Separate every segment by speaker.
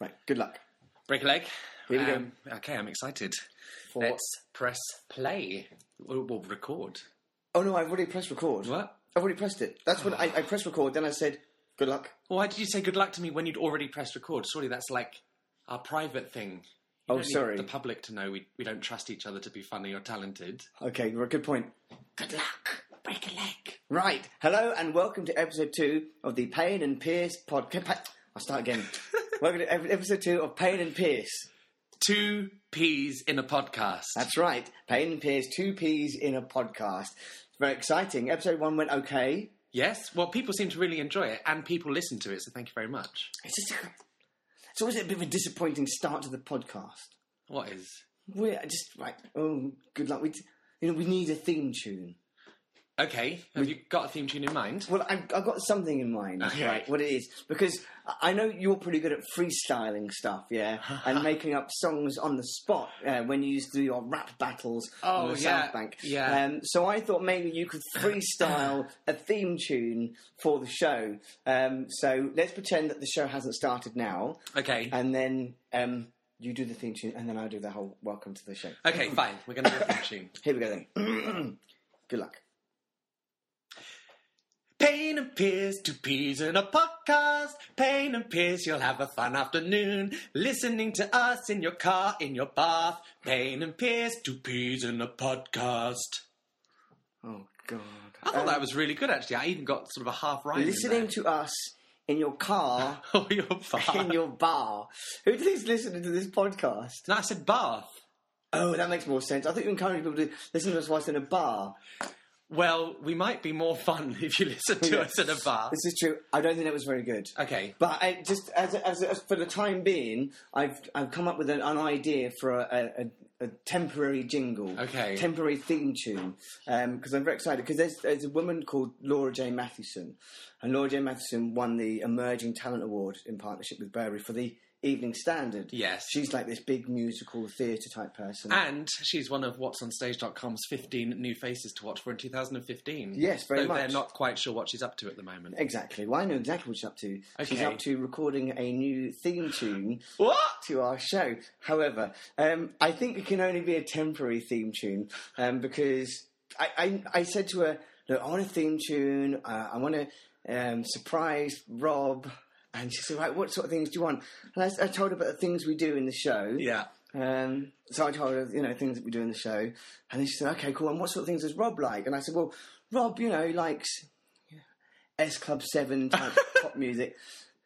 Speaker 1: Right, good luck.
Speaker 2: Break a leg.
Speaker 1: Here we go.
Speaker 2: go. Okay, I'm excited.
Speaker 1: For
Speaker 2: Let's press play. We'll, we'll record.
Speaker 1: Oh no, I've already pressed record.
Speaker 2: What?
Speaker 1: I've already pressed it. That's when I, I pressed record, then I said, good luck.
Speaker 2: Why did you say good luck to me when you'd already pressed record? Surely that's like our private thing. You
Speaker 1: Oh,
Speaker 2: don't need
Speaker 1: sorry.
Speaker 2: The public to know we, we don't trust each other to be funny or talented.
Speaker 1: Okay, you're a good point.
Speaker 2: Good luck. Break a leg.
Speaker 1: Right, hello and welcome to episode two of the Payne and Pierce podcast. I'll start again. welcome to ep- episode two of Payne and Pierce.
Speaker 2: Two peas in a podcast.
Speaker 1: That's right, Payne and Pierce, two P's in a podcast. It's very exciting. Episode one went okay.
Speaker 2: yes. Well, people seem to really enjoy it, and people listen to it. So thank you very much.
Speaker 1: It's just a, it's always a bit of a disappointing start to the podcast.
Speaker 2: What is?
Speaker 1: We're just like, oh, good luck. We, you know, we need a theme tune.
Speaker 2: Okay. Have you got a theme tune in mind?
Speaker 1: Well, I've, I've got something in mind,
Speaker 2: Okay.
Speaker 1: right? What it is, because I- I know you're pretty good at freestyling stuff, yeah, and making up songs on the spot uh, when you used to do your rap battles on
Speaker 2: Oh,
Speaker 1: the
Speaker 2: yeah,
Speaker 1: South Bank.
Speaker 2: yeah.
Speaker 1: Um, so I thought maybe you could freestyle a theme tune for the show. Um, so let's pretend that the show hasn't started now,
Speaker 2: Okay.
Speaker 1: and then um, you do the theme tune, and then I do the whole welcome to the show.
Speaker 2: okay. Fine. We're going to do a theme tune.
Speaker 1: Here we go then. good luck.
Speaker 2: Pain and Pierce, two peas in a podcast. Pain and Pierce, you'll have a fun afternoon. Listening to us in your car, in your bath. Pain and Pierce, two peas in a podcast.
Speaker 1: Oh God.
Speaker 2: I thought that was really good, actually. I even got sort of a half rhyme. in
Speaker 1: listening
Speaker 2: there.
Speaker 1: to us in your car,
Speaker 2: oh, your bath.
Speaker 1: in your bar. Who thinks listening to this podcast?
Speaker 2: No, I said bath.
Speaker 1: Oh, that makes more sense. I think you encourage people to listen to us whilst in a bar.
Speaker 2: Well, we might be more fun if you listen to
Speaker 1: Yeah.
Speaker 2: us at a bath.
Speaker 1: This is true. I don't think that was very good.
Speaker 2: Okay.
Speaker 1: But I, just as, as, as for the time being, I've I've come up with an, an idea for a, a, a temporary jingle,
Speaker 2: Okay.
Speaker 1: temporary theme tune, because I'm very excited because there's there's a woman called Laura J Matheson, and Laura J Matheson won the Emerging Talent Award in partnership with Burberry for the Evening Standard.
Speaker 2: Yes. Ah.
Speaker 1: she's like this big musical theatre type person.
Speaker 2: And she's one of whatsonstage.com's 15 new faces to watch for in 2015.
Speaker 1: Yes, very
Speaker 2: Though They're
Speaker 1: much. Eh.
Speaker 2: not quite sure what she's up to at the moment.
Speaker 1: Exactly. Well, I know exactly what she's up to. She's
Speaker 2: Okay.
Speaker 1: up to recording a new theme tune
Speaker 2: What?
Speaker 1: to our show. However, um, I think it can only be a temporary theme tune um, because I, I, I said to her, Look, I want a theme tune. Uh, I want to um, surprise Rob. And she said, Right, what sort of things do you want? And I s- I, told her about the things we do in the show.
Speaker 2: Yeah.
Speaker 1: Um, so I told her, you know, things that we do in the show. And then she said, okay, cool. And what sort of things does Rob like? And I said, well, Rob, you know, likes S Club 7 type pop music.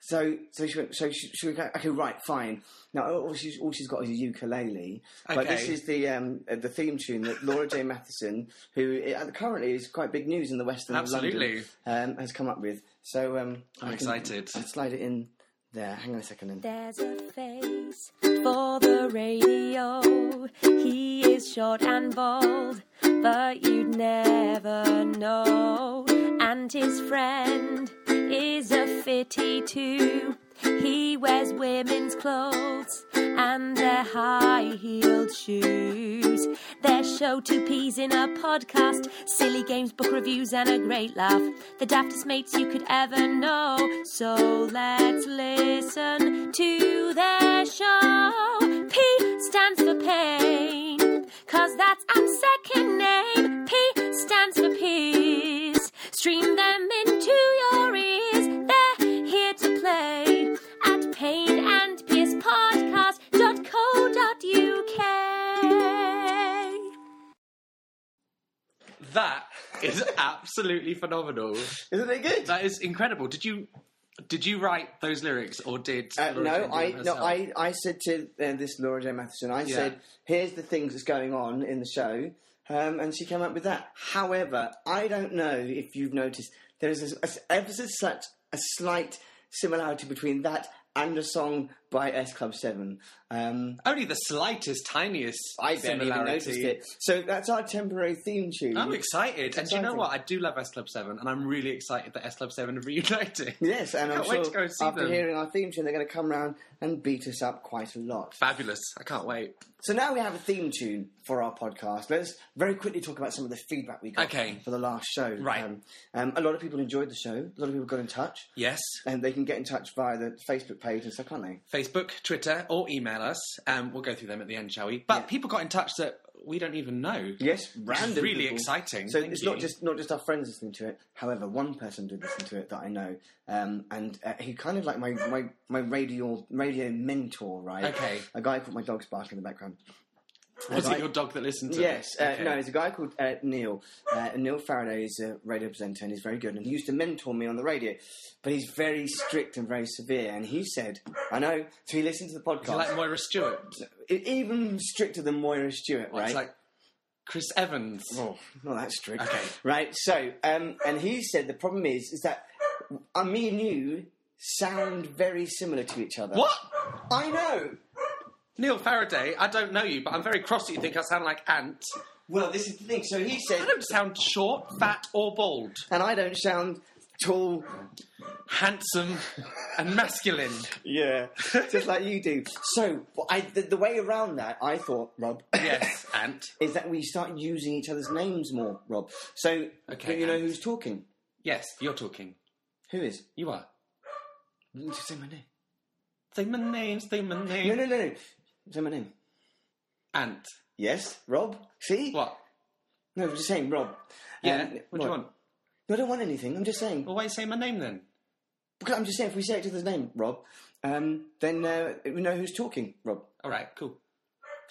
Speaker 1: So, so she went, so she, she went, okay, right, fine. Now, all she's, all she's got is a ukulele. But this
Speaker 2: Okay.
Speaker 1: is the, um, uh, the theme tune that Laura J. Matheson, who uh, currently is quite big news in the Western
Speaker 2: Absolutely.
Speaker 1: of London, um, has come up with. So, um,
Speaker 2: I'm
Speaker 1: I can
Speaker 2: excited.
Speaker 1: Slide it in there. Hang on a second then.
Speaker 3: There's a face for the radio. He is short and bald, but you'd never know. And his friend is a fitty too. He wears women's clothes and their high heeled shoes. Their show, Two Peas in a Podcast, silly games, book reviews, and a great laugh. The daftest mates you could ever know. So let's listen to their show. P stands for pain, cause that's our second name. P stands for peace. Stream them into your ears. They're here to play at pain and pierce podcast.co.uk.
Speaker 2: That is absolutely phenomenal.
Speaker 1: Isn't it good?
Speaker 2: That is incredible. Did you did you write those lyrics or did
Speaker 1: Uh,
Speaker 2: Laura
Speaker 1: no,
Speaker 2: Jane do
Speaker 1: I
Speaker 2: them
Speaker 1: no,
Speaker 2: herself?
Speaker 1: I, I said to uh, this Laura J. Matheson, I
Speaker 2: Yeah.
Speaker 1: said, "Here's the things that's going on in the show," um, and she came up with that. However, I don't know if you've noticed there is a, a, ever so slight, a slight similarity between that and a song by S Club Seven. Um,
Speaker 2: only the slightest, tiniest
Speaker 1: I barely even
Speaker 2: similarity.
Speaker 1: noticed it. So that's our temporary theme tune.
Speaker 2: I'm excited, and do you know
Speaker 1: exciting.
Speaker 2: what? I do love S Club Seven, and I'm really excited that S Club Seven have reunited.
Speaker 1: Yes, and I'm
Speaker 2: Can't wait to
Speaker 1: sure
Speaker 2: go and see
Speaker 1: after
Speaker 2: them.
Speaker 1: hearing our theme tune, they're going to come round and beat us up quite a lot.
Speaker 2: Fabulous! I can't wait.
Speaker 1: So now we have a theme tune for our podcast. Let's very quickly talk about some of the feedback we got
Speaker 2: Okay.
Speaker 1: for the last show.
Speaker 2: Right.
Speaker 1: Um, um, a lot of people enjoyed the show. A lot of people got in touch.
Speaker 2: Yes,
Speaker 1: And they can get in touch via the Facebook page and stuff, can't they?
Speaker 2: Facebook, Twitter, or email us. Um, we'll go through them at the end, shall we? But people got in touch that we don't even know.
Speaker 1: Yes, random.
Speaker 2: really
Speaker 1: people.
Speaker 2: exciting.
Speaker 1: So
Speaker 2: Thank
Speaker 1: it's
Speaker 2: you.
Speaker 1: not just not just our friends listening to it. However, one person did listen to it that I know, um, and uh, he kind of like my, my my radio radio mentor, right?
Speaker 2: Okay.
Speaker 1: A guy called my dog's barking in the background.
Speaker 2: Was
Speaker 1: Right.
Speaker 2: it your dog that listened to
Speaker 1: Yes,
Speaker 2: it?
Speaker 1: uh,
Speaker 2: Okay.
Speaker 1: no, there's a guy called uh, Neil. Uh, Neil Faraday is a radio presenter and he's very good. And he used to mentor me on the radio, but he's very strict and very severe. And he said, I know, so he listened to the podcast.
Speaker 2: Like Moira Stewart.
Speaker 1: E- even stricter than Moira Stewart,
Speaker 2: Well,
Speaker 1: right?
Speaker 2: It's like Chris Evans.
Speaker 1: Oh, not that strict.
Speaker 2: Okay.
Speaker 1: Right, so, um, and he said the problem is, is that uh, me and you sound very similar to each other.
Speaker 2: What?
Speaker 1: I know.
Speaker 2: Neil Faraday, I don't know you, but I'm very cross that you think I sound like Ant.
Speaker 1: Well, this is the thing. So he
Speaker 2: I
Speaker 1: said,
Speaker 2: don't sound short, fat, or bald.
Speaker 1: and I don't sound tall,
Speaker 2: Handsome and masculine.
Speaker 1: Yeah, just like you do. So well, I, the, the way around that, I thought, Rob,
Speaker 2: Yes, Ant.
Speaker 1: is that we start using each other's names more, Rob. So
Speaker 2: Okay,
Speaker 1: do you know
Speaker 2: and-
Speaker 1: who's talking?
Speaker 2: Yes, you're talking.
Speaker 1: Who is?
Speaker 2: You are.
Speaker 1: You just say my name.
Speaker 2: Say my name, say my name.
Speaker 1: No, no, no, no. Say my name.
Speaker 2: Ant.
Speaker 1: Yes, Rob. See?
Speaker 2: What?
Speaker 1: No, I'm just saying, Rob.
Speaker 2: Yeah.
Speaker 1: Um,
Speaker 2: what do you want?
Speaker 1: No, I don't want anything. I'm just saying.
Speaker 2: Well, why say my name then?
Speaker 1: Because I'm just saying, if we say each other's name, Rob, um, then uh, we know who's talking, Rob.
Speaker 2: All right, cool.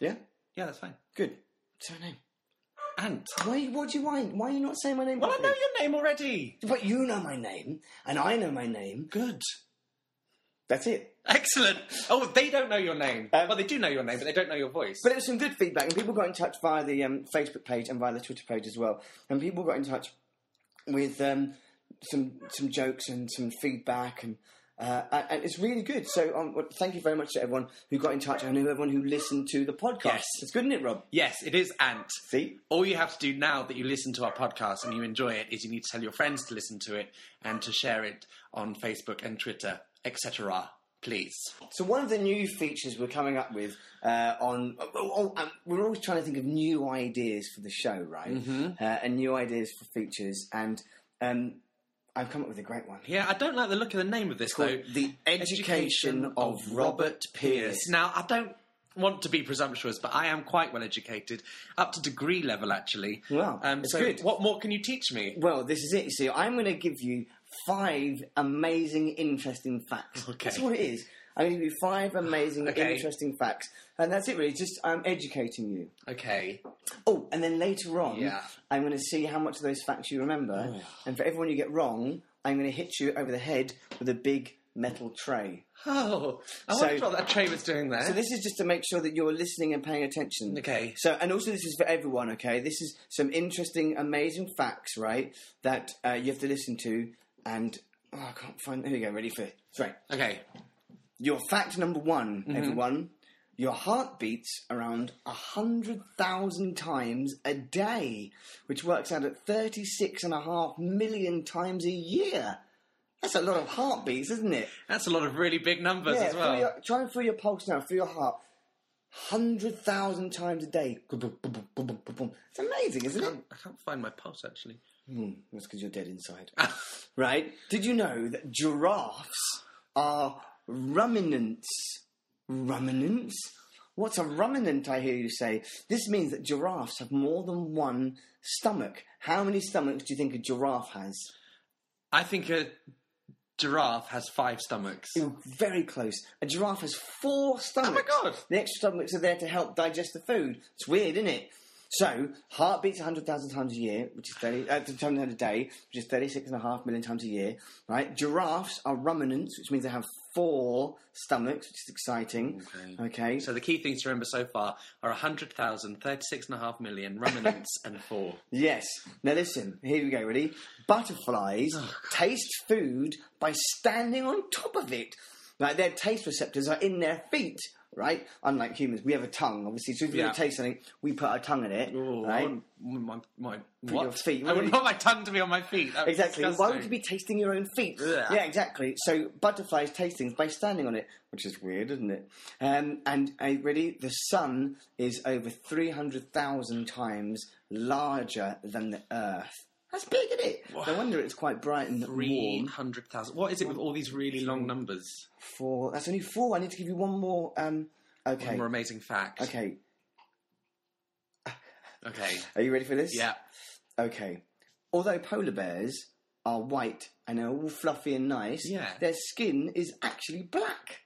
Speaker 1: Yeah,
Speaker 2: Yeah, that's fine.
Speaker 1: good. Say my name.
Speaker 2: Ant.
Speaker 1: Why? What do you want? Why are you not saying my name?
Speaker 2: Well, I
Speaker 1: properly?
Speaker 2: know your name already.
Speaker 1: But you know my name, and I know my name.
Speaker 2: Good.
Speaker 1: That's it.
Speaker 2: Excellent. Oh, they don't know your name.
Speaker 1: Um,
Speaker 2: well, they do know your name, but they don't know your voice.
Speaker 1: But it was some good feedback, and people got in touch via the um, Facebook page and via the Twitter page as well. And people got in touch with um, some some jokes and some feedback, and, uh, and- and it's really good. So um, well, thank you very much to everyone who got in touch and who everyone who listened to the podcast.
Speaker 2: Yes.
Speaker 1: It's good, isn't it, Rob?
Speaker 2: yes, it is Ant.
Speaker 1: See,
Speaker 2: All you have to do now that you listen to our podcast and you enjoy it is you need to tell your friends to listen to it and to share it on Facebook and Twitter, etc. Please.
Speaker 1: so one of the new features we're coming up with uh, on oh, oh, um, we're always trying to think of new ideas for the show, right?
Speaker 2: Mm-hmm.
Speaker 1: Uh, and new ideas for features, and um, I've come up with a great one.
Speaker 2: Yeah, I don't like the look of the name of this though.
Speaker 1: called The Education of Robert Pearce.
Speaker 2: Now, I don't want to be presumptuous, but I am quite well educated, up to degree level actually.
Speaker 1: Wow,
Speaker 2: um,
Speaker 1: that's
Speaker 2: so
Speaker 1: good.
Speaker 2: what more can you teach me?
Speaker 1: Well, this is it. You see, I'm going to give you five amazing, interesting facts.
Speaker 2: Okay.
Speaker 1: That's what it is. I'm going to give you five amazing,
Speaker 2: Okay.
Speaker 1: interesting facts, and that's it. Really, just I'm educating you.
Speaker 2: Okay.
Speaker 1: Oh, and then later on,
Speaker 2: Yeah. Oh.
Speaker 1: I'm going to see how much of those facts you remember, and for everyone you get wrong, I'm going to hit you over the head with a big metal tray.
Speaker 2: Oh, I
Speaker 1: So-
Speaker 2: wondered what that tray was doing there.
Speaker 1: So this is just to make sure that you're listening and paying attention.
Speaker 2: Okay.
Speaker 1: So, and also this is for everyone. Okay, this is some interesting, amazing facts, right? That uh, you have to listen to. And oh, I can't find. Here we go. Ready for right?
Speaker 2: okay.
Speaker 1: Your fact number one,
Speaker 2: Mm-hmm.
Speaker 1: everyone. Your heart beats around hundred thousand times a day, which works out at thirty-six and a half million times a year. That's a lot of heartbeats, isn't it?
Speaker 2: That's a lot of really big numbers
Speaker 1: Yeah,
Speaker 2: as well.
Speaker 1: feel your, try and feel your pulse now, feel your heart. 100,000 times a day. It's amazing, isn't it?
Speaker 2: I can't find my pulse actually.
Speaker 1: That's because you're dead inside. right? Did you know that giraffes are ruminants? Ruminants? What's a ruminant, I hear you say? This means that giraffes have more than one stomach. How many stomachs do you think a giraffe has?
Speaker 2: I think a giraffe has five stomachs.
Speaker 1: Ooh, very close. A giraffe has four stomachs.
Speaker 2: Oh God.
Speaker 1: The extra stomachs are there to help digest the food. It's weird, isn't it? So, heart beats 100,000 times a year, which is 30, uh, times a day, which is 36.5 million times a year, right? Giraffes are ruminants, which means they have four stomachs, which is exciting. Okay.
Speaker 2: So the key things to remember so far are 100,000, 36.5 million, ruminants, and four.
Speaker 1: Yes. Now listen, here we go, ready? Butterflies
Speaker 2: Oh,
Speaker 1: taste food by standing on top of it. Like their taste receptors are in their feet, right? Unlike humans, we have a tongue, obviously. So if you
Speaker 2: Yeah.
Speaker 1: want to taste something, we put our tongue in it,
Speaker 2: Ooh, Oh, I
Speaker 1: right?
Speaker 2: wouldn't- my, my,
Speaker 1: your
Speaker 2: what?
Speaker 1: feet,
Speaker 2: I wouldn't
Speaker 1: wouldn't
Speaker 2: want my tongue to be on my feet. That would be
Speaker 1: Exactly. Why
Speaker 2: disgusting.
Speaker 1: would you be tasting your own feet?
Speaker 2: Ugh.
Speaker 1: Yeah, exactly. So butterflies taste things by standing on it, which is weird, isn't it? Um, and uh, really, the sun is over 300,000 times larger than the earth. That's big, isn't it? No wonder it's quite bright and
Speaker 2: Three
Speaker 1: warm.
Speaker 2: hundred thousand. What is it with all these really long numbers?
Speaker 1: Four. That's only four. I need to give you one more. Um, okay.
Speaker 2: One more amazing fact.
Speaker 1: Okay.
Speaker 2: Okay.
Speaker 1: Are you ready for this?
Speaker 2: Yeah.
Speaker 1: Okay. Although polar bears are white and are all fluffy and nice,
Speaker 2: Yeah.
Speaker 1: their skin is actually black.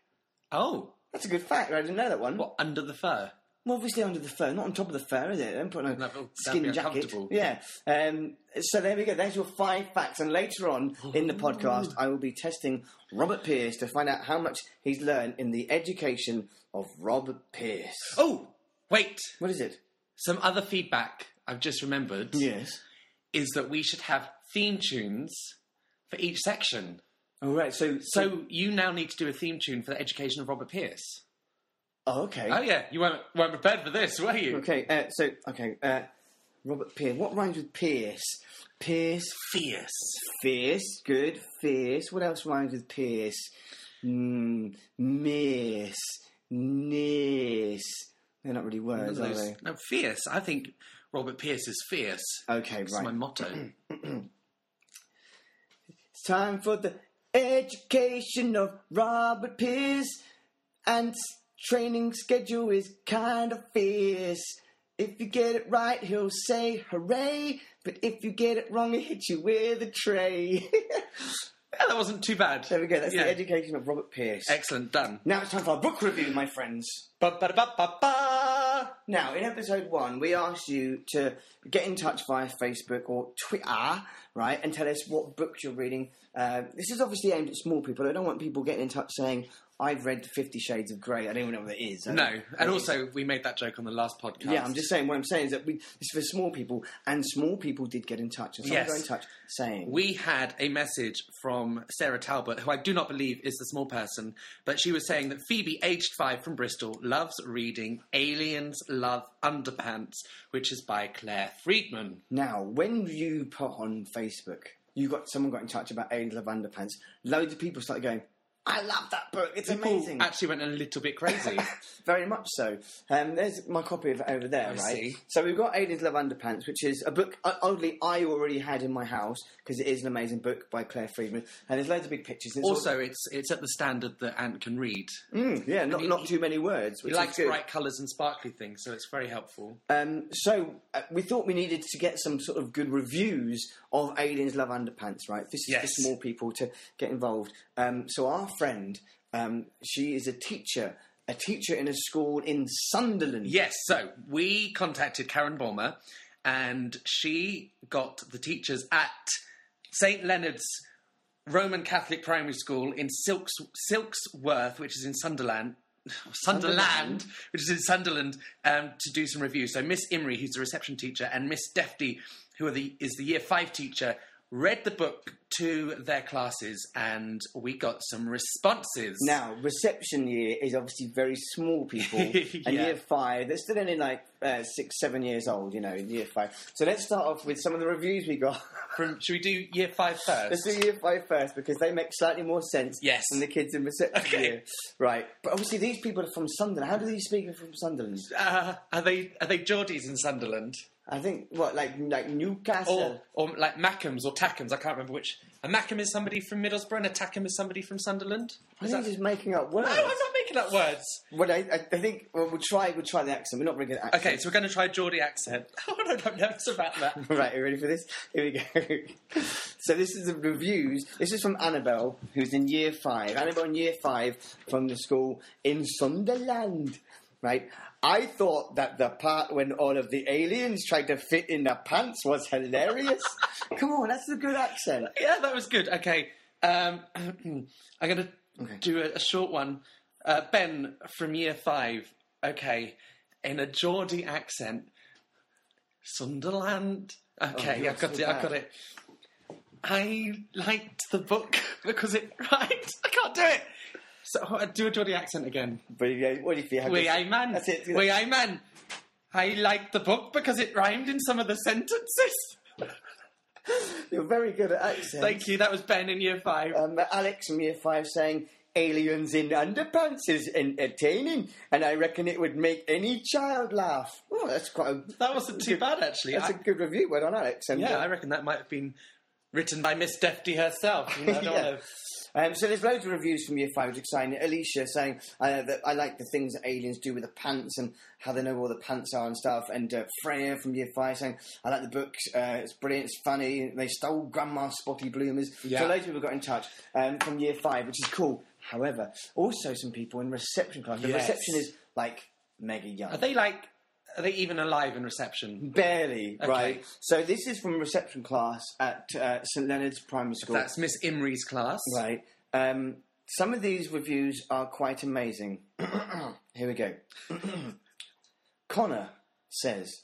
Speaker 2: Oh,
Speaker 1: That's a good fact. I didn't know that one.
Speaker 2: what under the fur?
Speaker 1: Well, obviously under the fur, not on top of the fur, is it? Don't put on a
Speaker 2: No, that'd be
Speaker 1: skin jacket.
Speaker 2: uncomfortable.
Speaker 1: Yeah. Um, so there we go. There's your five facts, and later on in the podcast, I will be testing Robert Pierce to find out how much he's learned in the education of Rob Pierce.
Speaker 2: Oh, wait.
Speaker 1: What is it?
Speaker 2: Some other feedback I've just remembered
Speaker 1: Yes.
Speaker 2: is that we should have theme tunes for each section.
Speaker 1: All Oh, right. So so.
Speaker 2: So you now need to do a theme tune for the education of Robert Pierce.
Speaker 1: Oh, okay.
Speaker 2: Oh yeah, you weren't, weren't prepared for this, were you?
Speaker 1: Okay. Uh, so okay. Uh, Robert Pierce. What rhymes with Pierce? Pierce.
Speaker 2: Fierce.
Speaker 1: Fierce. Good. Fierce. What else rhymes with Pierce? Mm, miss. Niss. They're not really words, are
Speaker 2: Those-
Speaker 1: they?
Speaker 2: No, fierce. I think Robert Pierce is fierce.
Speaker 1: Okay,
Speaker 2: That's my
Speaker 1: right.
Speaker 2: motto.
Speaker 1: It's time for the education of Robert Pierce, and s- training schedule is kind of fierce. If you get it right, he'll say hooray, but if you get it wrong, he'll hit you with a tray.
Speaker 2: Yeah, that wasn't too bad.
Speaker 1: There we go. That's
Speaker 2: Yeah.
Speaker 1: the education of Robert Pierce.
Speaker 2: Excellent, done.
Speaker 1: now it's time for our book review, my friends.
Speaker 2: Ba-ba-da-ba-ba-ba.
Speaker 1: Now, in episode one, we asked you to get in touch via Facebook or Twitter, right, and tell us what books you're reading. Uh, this is obviously aimed at small people. I don't want people getting in touch saying, I've read Fifty Shades of Grey. I don't even know what it is. I don't-
Speaker 2: No, and also we made that joke on the last podcast.
Speaker 1: Yeah, I'm just saying, what I'm saying is that we, this is for small people, and small people did get in touch. And someone
Speaker 2: Yes.
Speaker 1: got in touch saying,
Speaker 2: We had a message from Sarah Talbot, who I do not believe is the small person, but she was saying that Phoebe, aged five from Bristol, loves reading Aliens Love Underpants, which is by Claire Friedman.
Speaker 1: Now, when you put on Facebook, you got someone got in touch about Aliens Love Underpants. Loads of people started going, "I love that book. It's amazing."
Speaker 2: People Actually, went a little bit crazy.
Speaker 1: Very much so. Um, there's my copy of it over there, right?
Speaker 2: see.
Speaker 1: So we've got Aliens Love Underpants, which is a book. Uh, oddly, I already had in my house because it is an amazing book by Claire Friedman, and there's loads of big pictures. It's
Speaker 2: also, it's it's at the standard that Ant can read.
Speaker 1: all- Mm, yeah, not, not too many words,
Speaker 2: He
Speaker 1: which is
Speaker 2: likes
Speaker 1: good.
Speaker 2: bright colours and sparkly things, so it's very helpful.
Speaker 1: Um, so uh, we thought we needed to get some sort of good reviews of Aliens Love Underpants, right? This is
Speaker 2: Yes.
Speaker 1: for small people to get involved. Um, so our friend, um, she is a teacher, a teacher in a school in Sunderland.
Speaker 2: Yes, so we contacted Karen Bulmer and she got the teachers at St. Leonard's Roman Catholic Primary School in Silks, Silksworth, which is in Sunderland. Sunderland,
Speaker 1: Sunderland.
Speaker 2: which is in Sunderland, um, to do some reviews. So Miss Imrie, who's the reception teacher, and Miss Defty, who are the, is the Year Five teacher, read the book to their classes, and we got some responses.
Speaker 1: Now, reception year is obviously very small people, and
Speaker 2: Yeah.
Speaker 1: year five, they're still only like uh, six, seven years old, you know, in year five. So let's start off with some of the reviews we got.
Speaker 2: From, should we do Year Five first?
Speaker 1: Let's do year five first because they make slightly more sense
Speaker 2: Yes.
Speaker 1: than the kids in reception
Speaker 2: Okay.
Speaker 1: year. Right. But obviously, these people are from Sunderland. How do these people from Sunderland?
Speaker 2: uh, are they are they Geordies in Sunderland
Speaker 1: I think, what, like like Newcastle?
Speaker 2: or or like Mackhams or Tackhams? I can't remember which. A Mackham is somebody from Middlesbrough, and a Tackham is somebody from Sunderland.
Speaker 1: I think just making up words.
Speaker 2: No, I'm not making up words.
Speaker 1: Well, I, I- I think well, we'll try we'll try the accent. We're not very good at accent.
Speaker 2: Okay, so we're going to try a Geordie accent. Oh, no, I'm nervous about that.
Speaker 1: Right, you ready for this? Here we go. so this is the reviews. This is from Annabelle, who's in year five. Annabelle in year five from the school in Sunderland. Right. I thought that the part when all of the aliens tried to fit in their pants was hilarious. Come on, that's a good accent.
Speaker 2: Yeah, that was good. Okay, um, I'm going to do a, a short one. Uh, ben from Year Five. Okay, in a Geordie accent, Sunderland. Okay,
Speaker 1: you're
Speaker 2: I've got
Speaker 1: Oh, so
Speaker 2: it. I've got
Speaker 1: bad.
Speaker 2: it. I liked the book because it right. I can't do it. So uh, do a Geordie accent again.
Speaker 1: But yeah, what if you had
Speaker 2: We
Speaker 1: this-
Speaker 2: I man.
Speaker 1: That's it.
Speaker 2: We I man. I liked the book because it rhymed in some of the sentences.
Speaker 1: You're very good at accents.
Speaker 2: Thank you. That was Ben in Year Five.
Speaker 1: Um, Alex from year five saying, aliens in underpants is entertaining, and I reckon it would make any child laugh. Oh, that's quite a
Speaker 2: That wasn't too bad, actually.
Speaker 1: that's
Speaker 2: I-
Speaker 1: a good review. Well done, Alex. And,
Speaker 2: yeah,
Speaker 1: uh,
Speaker 2: I reckon that might have been written by Miss Defty herself. You know, I don't
Speaker 1: Yeah.
Speaker 2: wanna-
Speaker 1: Um, so there's loads of reviews from Year Five, which is exciting. Alicia saying uh, that I like the things that aliens do with the pants and how they know where all the pants are and stuff. And uh, Freya from Year Five saying I like the book. Uh, it's brilliant. It's funny. They stole Grandma's spotty bloomers.
Speaker 2: Yeah.
Speaker 1: So loads of people got in touch um, from Year Five, which is cool. However, also some people in reception class. The
Speaker 2: Yes.
Speaker 1: reception is like mega young.
Speaker 2: Are they like? Are they even alive in reception?
Speaker 1: Barely, right? So this is from reception class at uh, St Leonard's Primary School.
Speaker 2: That's Miss Imrie's class.
Speaker 1: Right. Um, some of these reviews are quite amazing. Here we go. Connor says,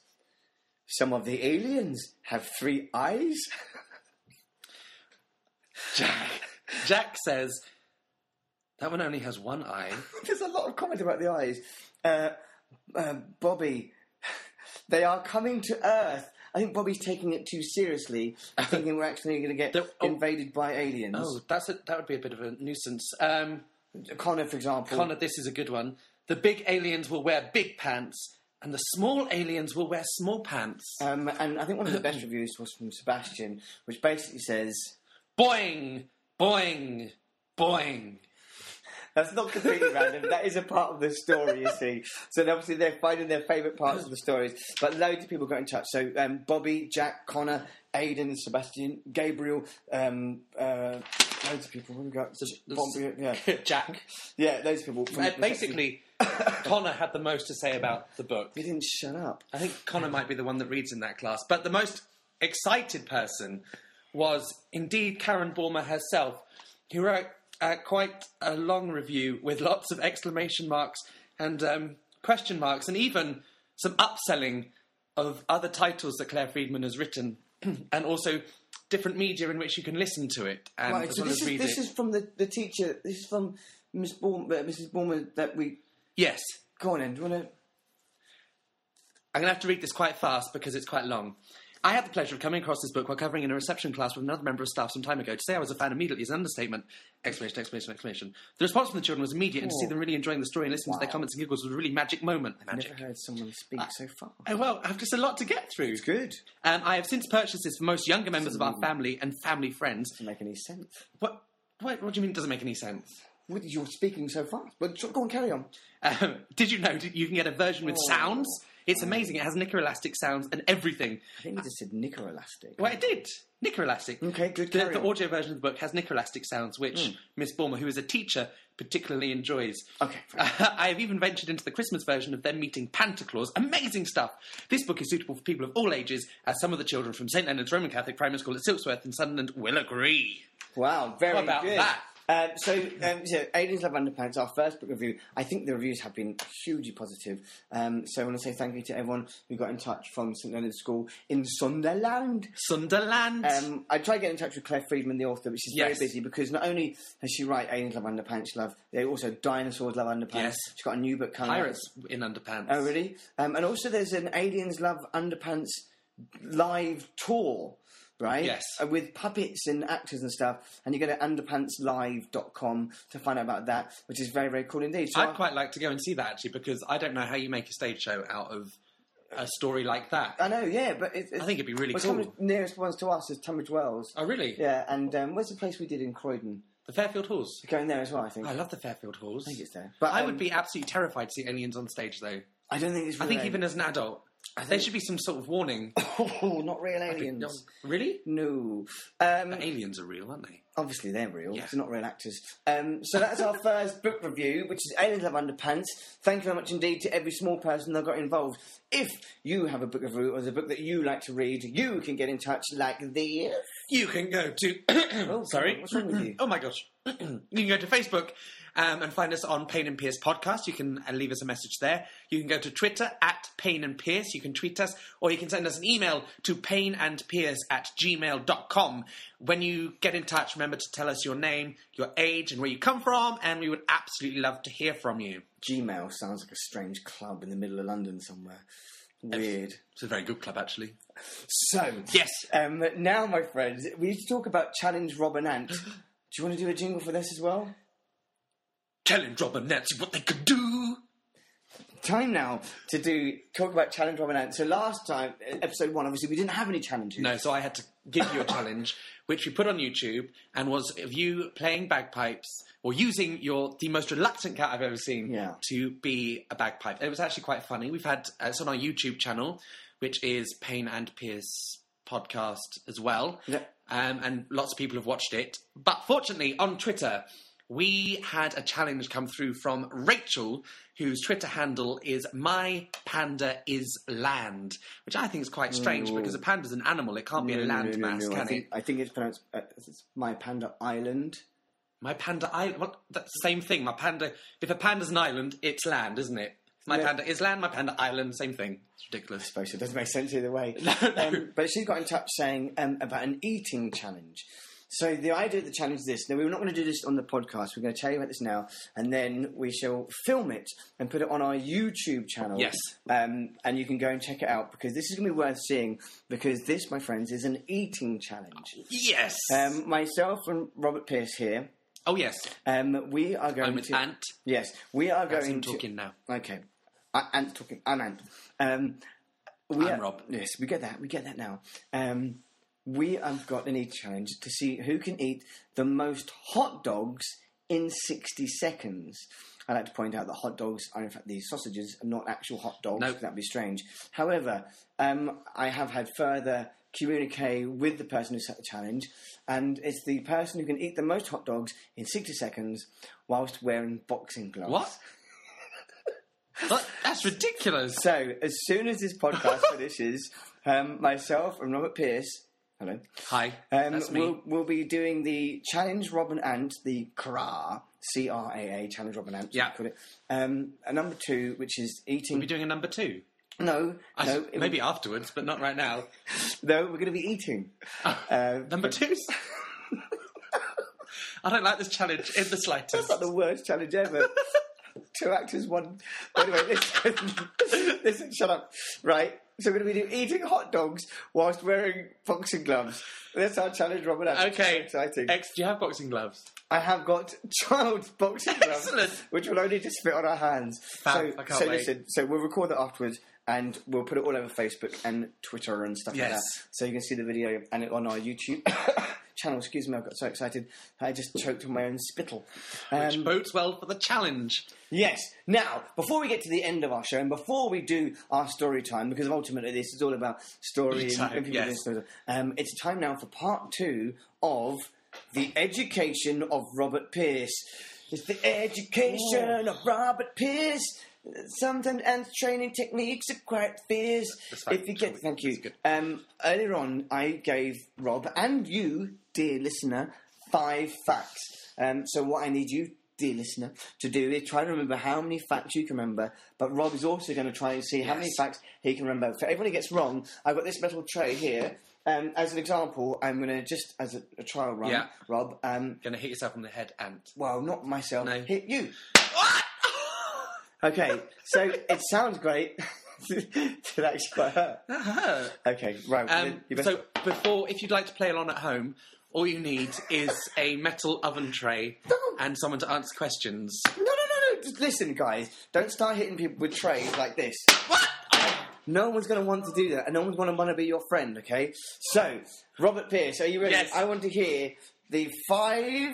Speaker 1: Some of the aliens have three eyes.
Speaker 2: Jack. Jack says that one only has one eye.
Speaker 1: There's a lot of comment about the eyes. Uh, uh, Bobby, they are coming to Earth. I think Bobby's taking it too seriously, thinking we're actually going to get
Speaker 2: The- oh.
Speaker 1: invaded by aliens.
Speaker 2: Oh, that's a, that would be a bit of a nuisance. Um,
Speaker 1: Connor, for example.
Speaker 2: Connor, this is a good one. The big aliens will wear big pants, and the small aliens will wear small pants.
Speaker 1: Um, and I think one of the best reviews was from Sebastian, which basically says,
Speaker 2: boing, boing, boing.
Speaker 1: That's not completely random. That is a part of the story, you see. So then obviously they're finding their favourite parts of the stories. But loads of people got in touch. So um, Bobby, Jack, Connor, Aidan, Sebastian, Gabriel, um, uh, loads of people. We got Bobby, yeah,
Speaker 2: Jack.
Speaker 1: yeah, loads of people.
Speaker 2: Uh, basically, Connor had the most to say about the book.
Speaker 1: he didn't shut up.
Speaker 2: I think Connor might be the one that reads in that class. But the most excited person was indeed Karen Bormer herself, who wrote uh, quite a long review with lots of exclamation marks and um, question marks, and even some upselling of other titles that Claire Friedman has written, and also different media in which you can listen to it and
Speaker 1: Right,
Speaker 2: as
Speaker 1: so
Speaker 2: well
Speaker 1: this is,
Speaker 2: as read
Speaker 1: this
Speaker 2: it.
Speaker 1: is from the, the teacher. This is from Miss Borm, uh, Mrs. Borman that we.
Speaker 2: Yes,
Speaker 1: Go on, then. Do you want to?
Speaker 2: I'm going to have to read this quite fast because it's quite long. I had the pleasure of coming across this book while covering in a reception class with another member of staff some time ago. To say I was a fan immediately is an understatement. Exclamation, exclamation, exclamation. The response from the children was immediate, and to see them really enjoying the story and listening to their
Speaker 1: Wow.
Speaker 2: comments and giggles was a really magic moment. Magic.
Speaker 1: Never heard someone speak so far.
Speaker 2: Oh, well, I've just a lot to get through.
Speaker 1: It's good.
Speaker 2: Um, I have since purchased this for most younger members of our family and family friends.
Speaker 1: Doesn't make any sense.
Speaker 2: What, what, what do you mean it doesn't make any sense?
Speaker 1: What- You're speaking so fast. But go on, carry on.
Speaker 2: Um, did you know that you can get a version
Speaker 1: Oh.
Speaker 2: with sounds? It's amazing. It has nickerelastic sounds and everything.
Speaker 1: I think you just said nickerelastic.
Speaker 2: Well, it did. Nickerelastic.
Speaker 1: Okay, good,
Speaker 2: The,
Speaker 1: carry
Speaker 2: the
Speaker 1: on. Hmm.
Speaker 2: audio version of the book has nickerelastic sounds, which Miss Bormer, who is a teacher, particularly enjoys.
Speaker 1: Okay, fair
Speaker 2: I have even ventured into the Christmas version of them meeting Panta Claus. Amazing stuff. This book is suitable for people of all ages, as some of the children from St. Leonard's Roman Catholic Primary School at Silksworth in Sunderland will agree.
Speaker 1: Wow, very
Speaker 2: How about
Speaker 1: good.
Speaker 2: that?
Speaker 1: Um, so, um, so, Aliens Love Underpants, our first book review. I think the reviews have been hugely positive. Um, so, I want to say thank you to everyone who got in touch from St Leonard's School in Sunderland.
Speaker 2: Sunderland.
Speaker 1: Um, I tried to get in touch with Claire Friedman, the author, but she's
Speaker 2: Yes.
Speaker 1: very busy because not only has she write Aliens Love Underpants, she love they also Dinosaurs Love Underpants.
Speaker 2: Yes.
Speaker 1: She's got a new book coming. out.
Speaker 2: Pirates in underpants.
Speaker 1: Oh, really? Um, and also, there's an Aliens Love Underpants live tour, right?
Speaker 2: Yes.
Speaker 1: Uh, with puppets and actors and stuff. And you go to underpantslive.com to find out about that, which is very, very cool indeed. So I-
Speaker 2: I'd quite like to go and see that actually, because I don't know how you make a stage show out of a story like that.
Speaker 1: I know, yeah, but it, it,
Speaker 2: I think it'd be really
Speaker 1: well,
Speaker 2: cool.
Speaker 1: some of the nearest ones to us is Tunbridge Wells.
Speaker 2: oh, really?
Speaker 1: Yeah, and um, where's the place we did in Croydon?
Speaker 2: The Fairfield Halls.
Speaker 1: We're Going there as well, I think.
Speaker 2: I love the Fairfield Halls.
Speaker 1: think it's there. But,
Speaker 2: I
Speaker 1: um,
Speaker 2: would be absolutely terrified to see aliens on stage, though.
Speaker 1: I don't think it's.
Speaker 2: I
Speaker 1: Real
Speaker 2: think
Speaker 1: aliens.
Speaker 2: even as an adult, there should be some sort of warning.
Speaker 1: oh, not real aliens.
Speaker 2: really?
Speaker 1: No. Um,
Speaker 2: Aliens are real, aren't they?
Speaker 1: Obviously, they're real.
Speaker 2: Yeah.
Speaker 1: They're not real actors. Um, so that's our first book review, which is Aliens Love Underpants. Thank you very much indeed to every small person that got involved. If you have a book review or there's a book that you like to read, you can get in touch like this.
Speaker 2: You can go to.
Speaker 1: Oh,
Speaker 2: sorry.
Speaker 1: what's wrong with you?
Speaker 2: Oh my gosh. you can go to Facebook um, and find us on Payne and Pierce Podcast. You can uh, leave us a message there. You can go to Twitter at Payne and Pierce. You can tweet us or you can send us an email to Payne and Pierce at gmail.com. When you get in touch, remember to tell us your name, your age, and where you come from, and we would absolutely love to hear from you.
Speaker 1: Gmail sounds like a strange club in the middle of London somewhere. Weird.
Speaker 2: It's a very good club, actually.
Speaker 1: So,
Speaker 2: Yes.
Speaker 1: um, now, my friends, we need to talk about Challenge Robin Ant. do you want to do a jingle for this as well?
Speaker 2: Telling Rob and Nancy what they could do.
Speaker 1: Time now to do talk about challenge Robin Ant. So last time, episode one, obviously we didn't have any challenges.
Speaker 2: No, so I had to give you a challenge, which we put on YouTube, and was of you playing bagpipes or using your the most reluctant cat I've ever seen
Speaker 1: Yeah.
Speaker 2: to be a bagpipe. And it was actually quite funny. We've had uh, it's on our YouTube channel, which is Payne and Pierce podcast as well,
Speaker 1: Yeah.
Speaker 2: um, and lots of people have watched it. But fortunately, on Twitter. We had a challenge come through from Rachel, whose Twitter handle is My Panda Is Land, which I think is quite strange
Speaker 1: Ooh.
Speaker 2: because a panda's an animal. It can't be a landmass, can
Speaker 1: I think,
Speaker 2: it?
Speaker 1: I think it's pronounced uh, it's my panda island.
Speaker 2: My panda island. Well, that's the same thing. My panda. If a panda's an island, it's land, isn't it? My
Speaker 1: Yeah.
Speaker 2: panda is land. My panda island. Same thing. It's ridiculous.
Speaker 1: suppose it doesn't make sense either way.
Speaker 2: no.
Speaker 1: Um, but she got in touch saying um, about an eating challenge. So the idea of the challenge is this. Now we're not going to do this on the podcast. We're going to tell you about this now, and then we shall film it and put it on our YouTube channel.
Speaker 2: Yes.
Speaker 1: Um, and you can go and check it out because this is going to be worth seeing. Because this, my friends, is an eating challenge.
Speaker 2: Yes.
Speaker 1: Um, myself and Robert Pierce here.
Speaker 2: oh yes.
Speaker 1: Um, we are going
Speaker 2: I'm with
Speaker 1: to
Speaker 2: Ant.
Speaker 1: Yes, we are
Speaker 2: That's
Speaker 1: going
Speaker 2: him
Speaker 1: to
Speaker 2: talking now.
Speaker 1: Okay. I, and talking, I'm Ant. Um, we
Speaker 2: I'm
Speaker 1: are-
Speaker 2: Rob.
Speaker 1: Yes, we get that. We get that now. Um, we have got an eat challenge to see who can eat the most hot dogs in 60 seconds. I'd like to point out that hot dogs are, in fact, these sausages and not actual hot dogs.
Speaker 2: No.
Speaker 1: That'd be strange. However, um, I have had further communique with the person who set the challenge, and it's the person who can eat the most hot dogs in 60 seconds whilst wearing boxing gloves.
Speaker 2: What? What? That's ridiculous.
Speaker 1: So, as soon as this podcast finishes, um, myself and Robert Pierce, hello,
Speaker 2: Hi.
Speaker 1: um,
Speaker 2: that's me.
Speaker 1: we'll, we'll be doing the Challenge Robin Ant, the CRA, C R A A, Challenge Robin Ant,
Speaker 2: Yeah.
Speaker 1: we call it. Um, and number two, which is eating.
Speaker 2: We're doing a number two.
Speaker 1: no,
Speaker 2: I-
Speaker 1: no, it-
Speaker 2: maybe afterwards, but not right now.
Speaker 1: no, we're going to be eating. uh,
Speaker 2: Number two. I don't like this challenge in the slightest.
Speaker 1: That's not the worst challenge ever. Two actors, one. Anyway, listen, listen, shut up. Right. So we're going to be doing eating hot dogs whilst wearing boxing gloves. That's our challenge, Robert. That's
Speaker 2: Okay.
Speaker 1: exciting.
Speaker 2: Ex, do you have boxing gloves?
Speaker 1: I have got child's boxing gloves,
Speaker 2: Excellent.
Speaker 1: which will only just fit on our hands.
Speaker 2: Fab,
Speaker 1: so,
Speaker 2: I can't
Speaker 1: so
Speaker 2: wait.
Speaker 1: listen. So we'll record that afterwards, and we'll put it all over Facebook and Twitter and stuff like
Speaker 2: Yes.
Speaker 1: that. So you can see the video and it on our YouTube channel. Excuse me, I got so excited I just choked on my own spittle.
Speaker 2: Which
Speaker 1: Um,
Speaker 2: bodes well for the challenge.
Speaker 1: Yes. Now, before we get to the end of our show, and before we do our story time, because ultimately this is all about story and-
Speaker 2: Time,
Speaker 1: and people
Speaker 2: yes.
Speaker 1: doing stories, um, it's time now for part two of the education of Robert Pierce. It's the education of Robert Pierce. Sometimes and training techniques are quite fierce.
Speaker 2: That's fine.
Speaker 1: If you get, thank you.
Speaker 2: That's good.
Speaker 1: Um, earlier on, I gave Rob and you, dear listener, five facts. Um, so what I need you, dear listener, to do is try to remember how many facts you can remember. But Rob is also going to try and see how many
Speaker 2: Yes.
Speaker 1: facts he can remember. For everyone who gets wrong, I've got this metal tray here. Um, as an example, I'm going to just as a, a trial run,
Speaker 2: Yeah.
Speaker 1: Rob. Um,
Speaker 2: Gonna hit yourself on the head, Ant.
Speaker 1: well, not myself.
Speaker 2: No.
Speaker 1: Hit you. Okay, so it sounds great. it actually quite hurt. Okay, right.
Speaker 2: Um,
Speaker 1: you best-
Speaker 2: so before, if you'd like to play along at home, all you need is a metal oven tray and someone to answer questions.
Speaker 1: No, no, no, no. Just listen, guys. Don't start hitting people with trays like this.
Speaker 2: What?
Speaker 1: No one's going to want to do that, and no one's going to want to be your friend, okay? So, Robert Pierce, are you ready?
Speaker 2: Yes.
Speaker 1: I want to hear the five.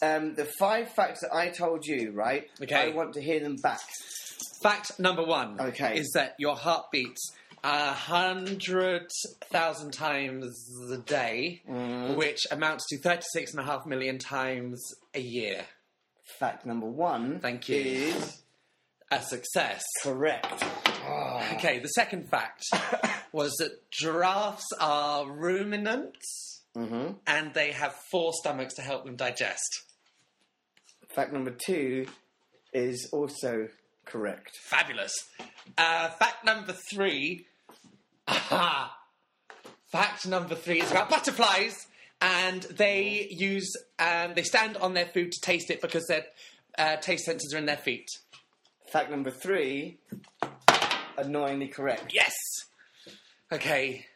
Speaker 1: Um, the five facts that I told you, right?
Speaker 2: Okay.
Speaker 1: I want to hear them back.
Speaker 2: Fact number one
Speaker 1: Okay.
Speaker 2: is that your heart beats a hundred thousand times a day,
Speaker 1: Mm.
Speaker 2: which amounts to thirty-six and a half million times a year.
Speaker 1: Fact number one.
Speaker 2: Thank you.
Speaker 1: Is
Speaker 2: A success.
Speaker 1: correct.
Speaker 2: Okay, the second fact was that giraffes are ruminants and they have four stomachs to help them digest.
Speaker 1: Fact number two is also correct.
Speaker 2: Fabulous. Uh, fact number three. Aha! Fact number three is about butterflies, and they use um, they stand on their food to taste it because their uh, taste sensors are in their feet.
Speaker 1: Fact number three, annoyingly correct.
Speaker 2: Yes. Okay.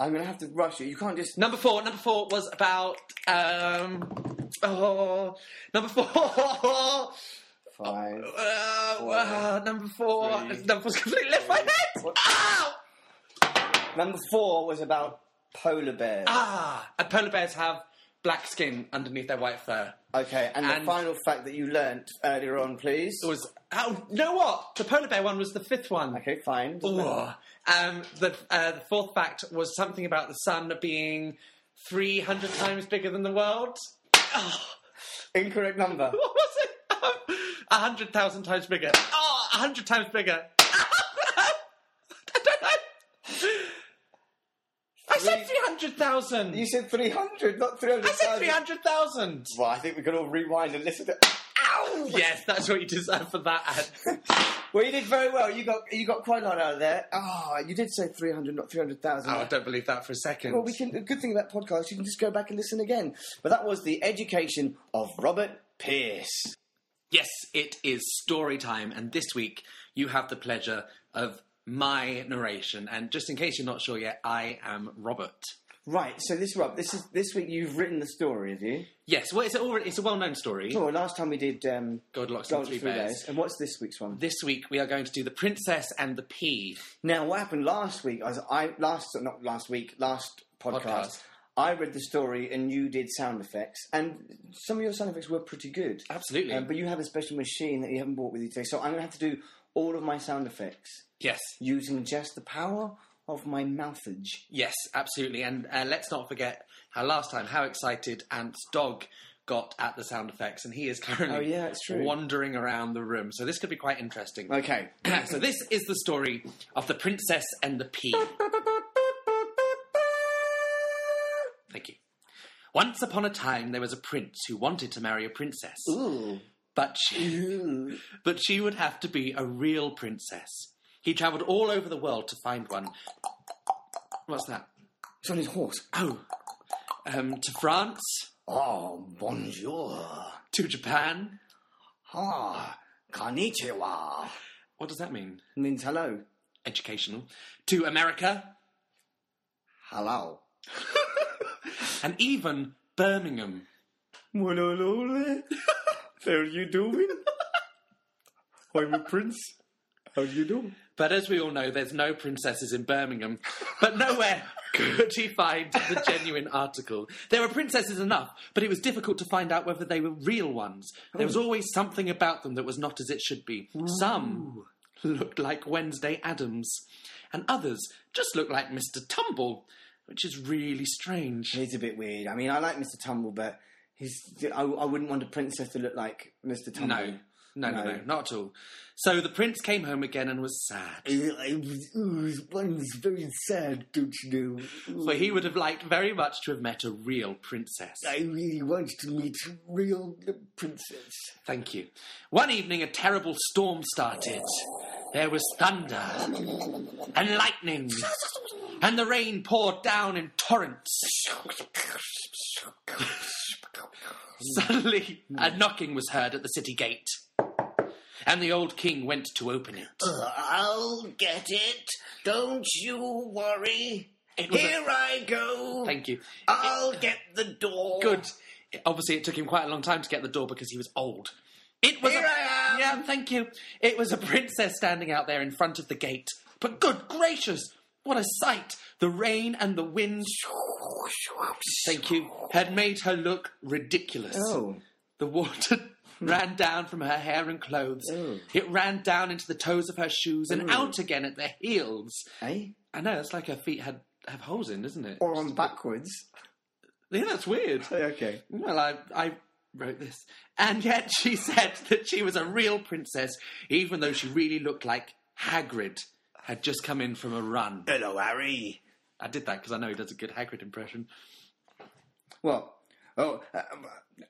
Speaker 1: I'm going to have to rush you. You can't just.
Speaker 2: Number four. Number four was about. Um, oh, number four.
Speaker 1: Five.
Speaker 2: Uh, wow, number four.
Speaker 1: Three.
Speaker 2: Number four's completely left my head.
Speaker 1: What?
Speaker 2: Ow!
Speaker 1: Number four was about polar bears.
Speaker 2: Ah! And polar bears have black skin underneath their white fur.
Speaker 1: Okay, and,
Speaker 2: And-
Speaker 1: the final fact that you learnt earlier on, please.
Speaker 2: It was. Oh, you know what? The polar bear one was the fifth one.
Speaker 1: Okay, fine.
Speaker 2: Ooh. Um, the, uh, the fourth fact was something about the sun being 300 times bigger than the world. Ah,
Speaker 1: Incorrect number.
Speaker 2: What was it? Um, 100,000 times bigger. Oh, 100 times bigger. I don't know. I said 300,000.
Speaker 1: You said 300, not 300.
Speaker 2: I said 300,000.
Speaker 1: Well, I think we could all rewind and listen to.
Speaker 2: Ow! Yes, that's what you deserve for that ad.
Speaker 1: Well, you did very well. You got you got quite a lot out of there. Ah, you did say 300, not 300,000.
Speaker 2: Oh, I don't believe that for a second.
Speaker 1: well, we can. The good thing about podcasts, you can just go back and listen again. But that was the education of Robert Pierce.
Speaker 2: Yes, it is story time, and this week you have the pleasure of my narration. And just in case you're not sure yet, I am Robert.
Speaker 1: Right. So this Rob, this is this week you've written the story, have you?
Speaker 2: Yes, well, it's a, it's a well-known story.
Speaker 1: Oh, last time we did um,
Speaker 2: God, Locks and
Speaker 1: Gold
Speaker 2: Three
Speaker 1: Three
Speaker 2: Bears.
Speaker 1: Bears. And what's this week's one?
Speaker 2: This week we are going to do the Princess and the Pea.
Speaker 1: Now, what happened last week? Was I last not last week, last podcast,
Speaker 2: Podcast.
Speaker 1: I read the story and you did sound effects, and some of your sound effects were pretty good.
Speaker 2: Absolutely.
Speaker 1: Um, but you have a special machine that you haven't brought with you today, so I'm going to have to do all of my sound effects
Speaker 2: Yes,
Speaker 1: using just the power of my mouthage.
Speaker 2: yes, absolutely. And uh, let's not forget how last time how excited Ant's dog got at the sound effects, and he is currently
Speaker 1: Oh, yeah, it's true.
Speaker 2: wandering around the room. So this could be quite interesting.
Speaker 1: Okay.
Speaker 2: so this is the story of the Princess and the Pea. Thank you. Once upon a time, there was a prince who wanted to marry a princess,
Speaker 1: Ooh.
Speaker 2: but she.
Speaker 1: Ooh.
Speaker 2: but she would have to be a real princess. He travelled all over the world to find one. What's that?
Speaker 1: It's on his horse.
Speaker 2: Oh, um, to France,
Speaker 1: Oh, bonjour.
Speaker 2: to Japan.
Speaker 1: Ah, konnichiwa.
Speaker 2: What does that mean?
Speaker 1: Means hello.
Speaker 2: Educational. To America
Speaker 1: Hello.
Speaker 2: and even Birmingham.
Speaker 1: Mololole, how are you doing? I'm a prince. How you doing?
Speaker 2: But as we all know, there's no princesses in Birmingham. But nowhere could he find the genuine article. There were princesses enough, but it was difficult to find out whether they were real ones. There was always something about them that was not as it should be. Some looked like Wednesday Adams, and others just looked like Mr. Tumble, which is really strange.
Speaker 1: It's a bit weird. I mean, I like Mr. Tumble, but he's. I, I wouldn't want a princess to look like Mr. Tumble.
Speaker 2: No. No, no, no,
Speaker 1: No.
Speaker 2: not at all. So the prince came home again and was sad.
Speaker 1: It was, it was one was very sad, don't you know?
Speaker 2: For he would have liked very much to have met a real princess.
Speaker 1: I really want to meet real princess.
Speaker 2: Thank you. One evening, a terrible storm started. There was thunder and lightning, and the rain poured down in torrents. Suddenly, a knocking was heard at the city gate, and the old king went to open it.
Speaker 1: I'll get it. Don't you worry.
Speaker 2: was a-
Speaker 1: Here I go.
Speaker 2: Thank you.
Speaker 1: I'll get the door.
Speaker 2: Good. Obviously, it took him quite a long time to get the door because he was old. It was.
Speaker 1: Here
Speaker 2: a,
Speaker 1: I am.
Speaker 2: Yeah, thank you. It was a princess standing out there in front of the gate. But good gracious, what a sight! The rain and the wind. Thank you. Had made her look ridiculous.
Speaker 1: Oh.
Speaker 2: The water ran down from her hair and clothes.
Speaker 1: Oh.
Speaker 2: It ran down into the toes of her shoes and out again at their heels.
Speaker 1: Eh?
Speaker 2: I know it's like her feet had have holes in, isn't it?
Speaker 1: Or on backwards. Oh,
Speaker 2: yeah, that's weird.
Speaker 1: Okay.
Speaker 2: Well, I, I wrote this. And yet she said that she was a real princess, even though she really looked like Hagrid had just come in from a run.
Speaker 1: Hello, Harry.
Speaker 2: I did that because I know he does a good Hagrid impression.
Speaker 1: Well, oh, uh,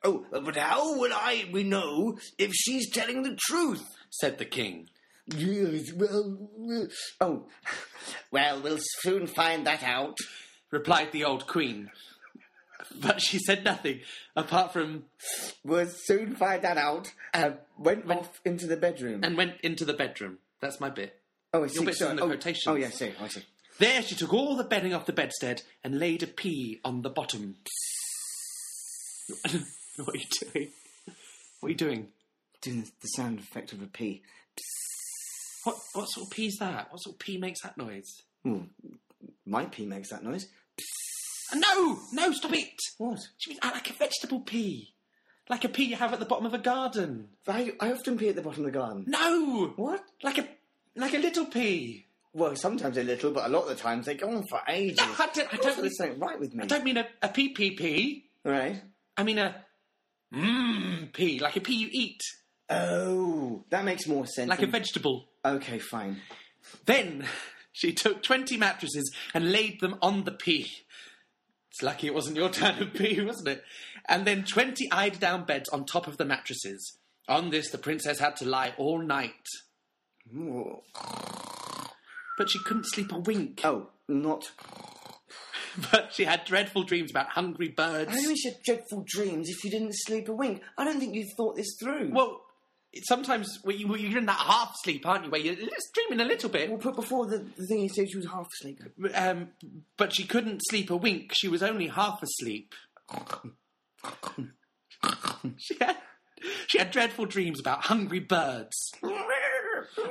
Speaker 1: oh, but how will I we know if she's telling the truth?
Speaker 2: Said the king.
Speaker 1: Yes, well, uh, oh, well, we'll soon find that out.
Speaker 2: Replied the old queen. But she said nothing apart from
Speaker 1: We'll soon find that out. And went off into the bedroom.
Speaker 2: and went into the bedroom. That's my bit.
Speaker 1: Um, oh, I see.
Speaker 2: bit's
Speaker 1: so-
Speaker 2: in the
Speaker 1: oh,
Speaker 2: quotations.
Speaker 1: Oh, yeah, I see. I see.
Speaker 2: There she took all the bedding off the bedstead and laid a pea on the bottom. what are you doing? What are you doing?
Speaker 1: Doing the- the sound effect of a pea.
Speaker 2: What what sort of pea's that? What sort of pea makes that noise?
Speaker 1: Ooh, my pea makes that noise.
Speaker 2: Uh, No, no, stop it!
Speaker 1: What?
Speaker 2: She means uh, like a vegetable pea, like a pea you have at the bottom of a garden.
Speaker 1: I, I often pee at the bottom of the garden.
Speaker 2: No,
Speaker 1: What?
Speaker 2: like a like a little pea.
Speaker 1: Well, sometimes a little, but a lot of the times they go on for ages.
Speaker 2: No, I don't- I don't-
Speaker 1: There's something right with me.
Speaker 2: I don't mean a, a pea pea pea.
Speaker 1: Right?
Speaker 2: I mean a mmm pea, like a pea you eat,
Speaker 1: Oh, that makes more sense.
Speaker 2: like a
Speaker 1: than-
Speaker 2: vegetable.
Speaker 1: okay, fine.
Speaker 2: Then she took 20 mattresses and laid them on the pea. It's lucky it wasn't your kind of pea, wasn't it? And then 20 eider down beds on top of the mattresses. On this, the princess had to lie all night.
Speaker 1: Ooh.
Speaker 2: But she couldn't sleep a wink.
Speaker 1: Oh, not.
Speaker 2: But she had dreadful dreams about hungry birds.
Speaker 1: I only had dreadful dreams if you didn't sleep a wink. I don't think you thought this through.
Speaker 2: Well, it's sometimes well, you, well, you're in that half sleep, aren't you? Where you're just dreaming a little bit.
Speaker 1: Well, put before the, the thing, you said she was half asleep.
Speaker 2: Um, but she couldn't sleep a wink. She was only half asleep. she had she had dreadful dreams about hungry birds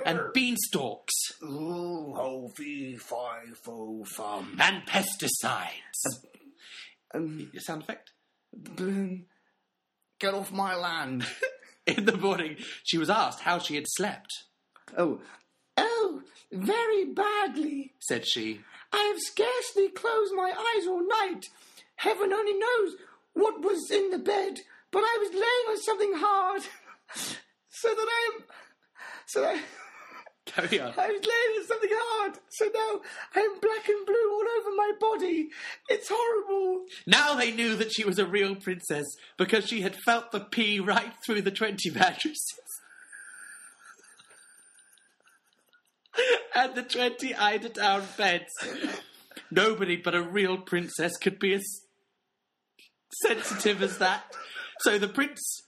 Speaker 2: and beanstalks
Speaker 1: Ooh, ho, fee, fi, fo, fum.
Speaker 2: and pesticides.
Speaker 1: Um,
Speaker 2: Sound effect.
Speaker 1: bloom. Get off my land.
Speaker 2: In the morning, she was asked how she had slept.
Speaker 1: oh. Oh, very badly.
Speaker 2: Said she,
Speaker 1: I have scarcely closed my eyes all night. Heaven only knows what was in the bed, but I was laying on something hard, so that I am, so that
Speaker 2: "Carry on."
Speaker 1: I was laying on something hard. So now I am black and blue all over my body. It's horrible.
Speaker 2: Now they knew that she was a real princess because she had felt the pea right through the 20 mattresses. and the 20 eider down beds. Nobody but a real princess could be as sensitive as that. So the prince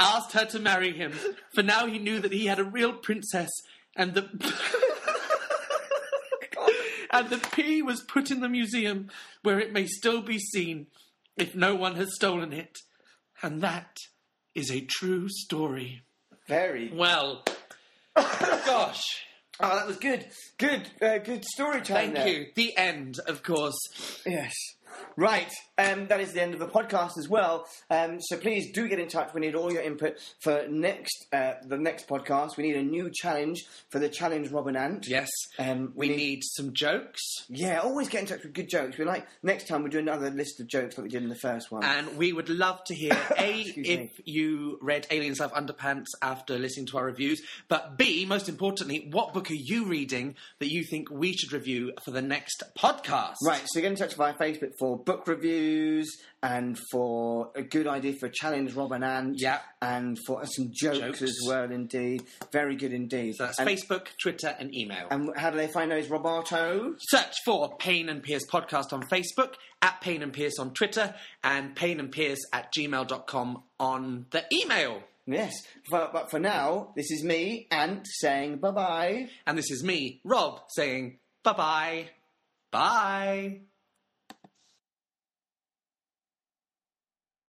Speaker 2: asked her to marry him, for now he knew that he had a real princess and the. and the pea was put in the museum where it may still be seen if no one has stolen it. And that is a true story.
Speaker 1: Very.
Speaker 2: Well, gosh.
Speaker 1: Oh, that was good. Good. Uh, good storytelling.
Speaker 2: Thank you. The end, of course.
Speaker 1: Yes. Right. Um, that is the end of the podcast as well. Um, so please do get in touch. We need all your input for next uh, the next podcast. We need a new challenge for the challenge Robin Ant.
Speaker 2: Yes.
Speaker 1: Um,
Speaker 2: we need some jokes,
Speaker 1: Yeah, always get in touch with good jokes. We like next time we'll do another list of jokes like we did in the first one.
Speaker 2: and we would love to hear A,
Speaker 1: Excuse
Speaker 2: if
Speaker 1: me.
Speaker 2: you read Aliens Love Underpants after listening to our reviews, but B, most importantly, what book are you reading that you think we should review for the next podcast?
Speaker 1: Right, so get in touch via Facebook for book reviews and for a good idea for a challenge, Rob and Ann.
Speaker 2: Yeah.
Speaker 1: And for some jokes,
Speaker 2: Jokes.
Speaker 1: as well, indeed. Very good indeed.
Speaker 2: So that's
Speaker 1: and,
Speaker 2: Facebook, Twitter, and email.
Speaker 1: and how do they find those, Roberto?
Speaker 2: Search for Payne and Pierce podcast on Facebook, at Payne and Pierce on Twitter, and Payne and Pierce at gmail.com on the email.
Speaker 1: Yes. But, but for now, this is me, Ant, saying bye bye.
Speaker 2: And this is me, Rob, saying bye bye. Bye.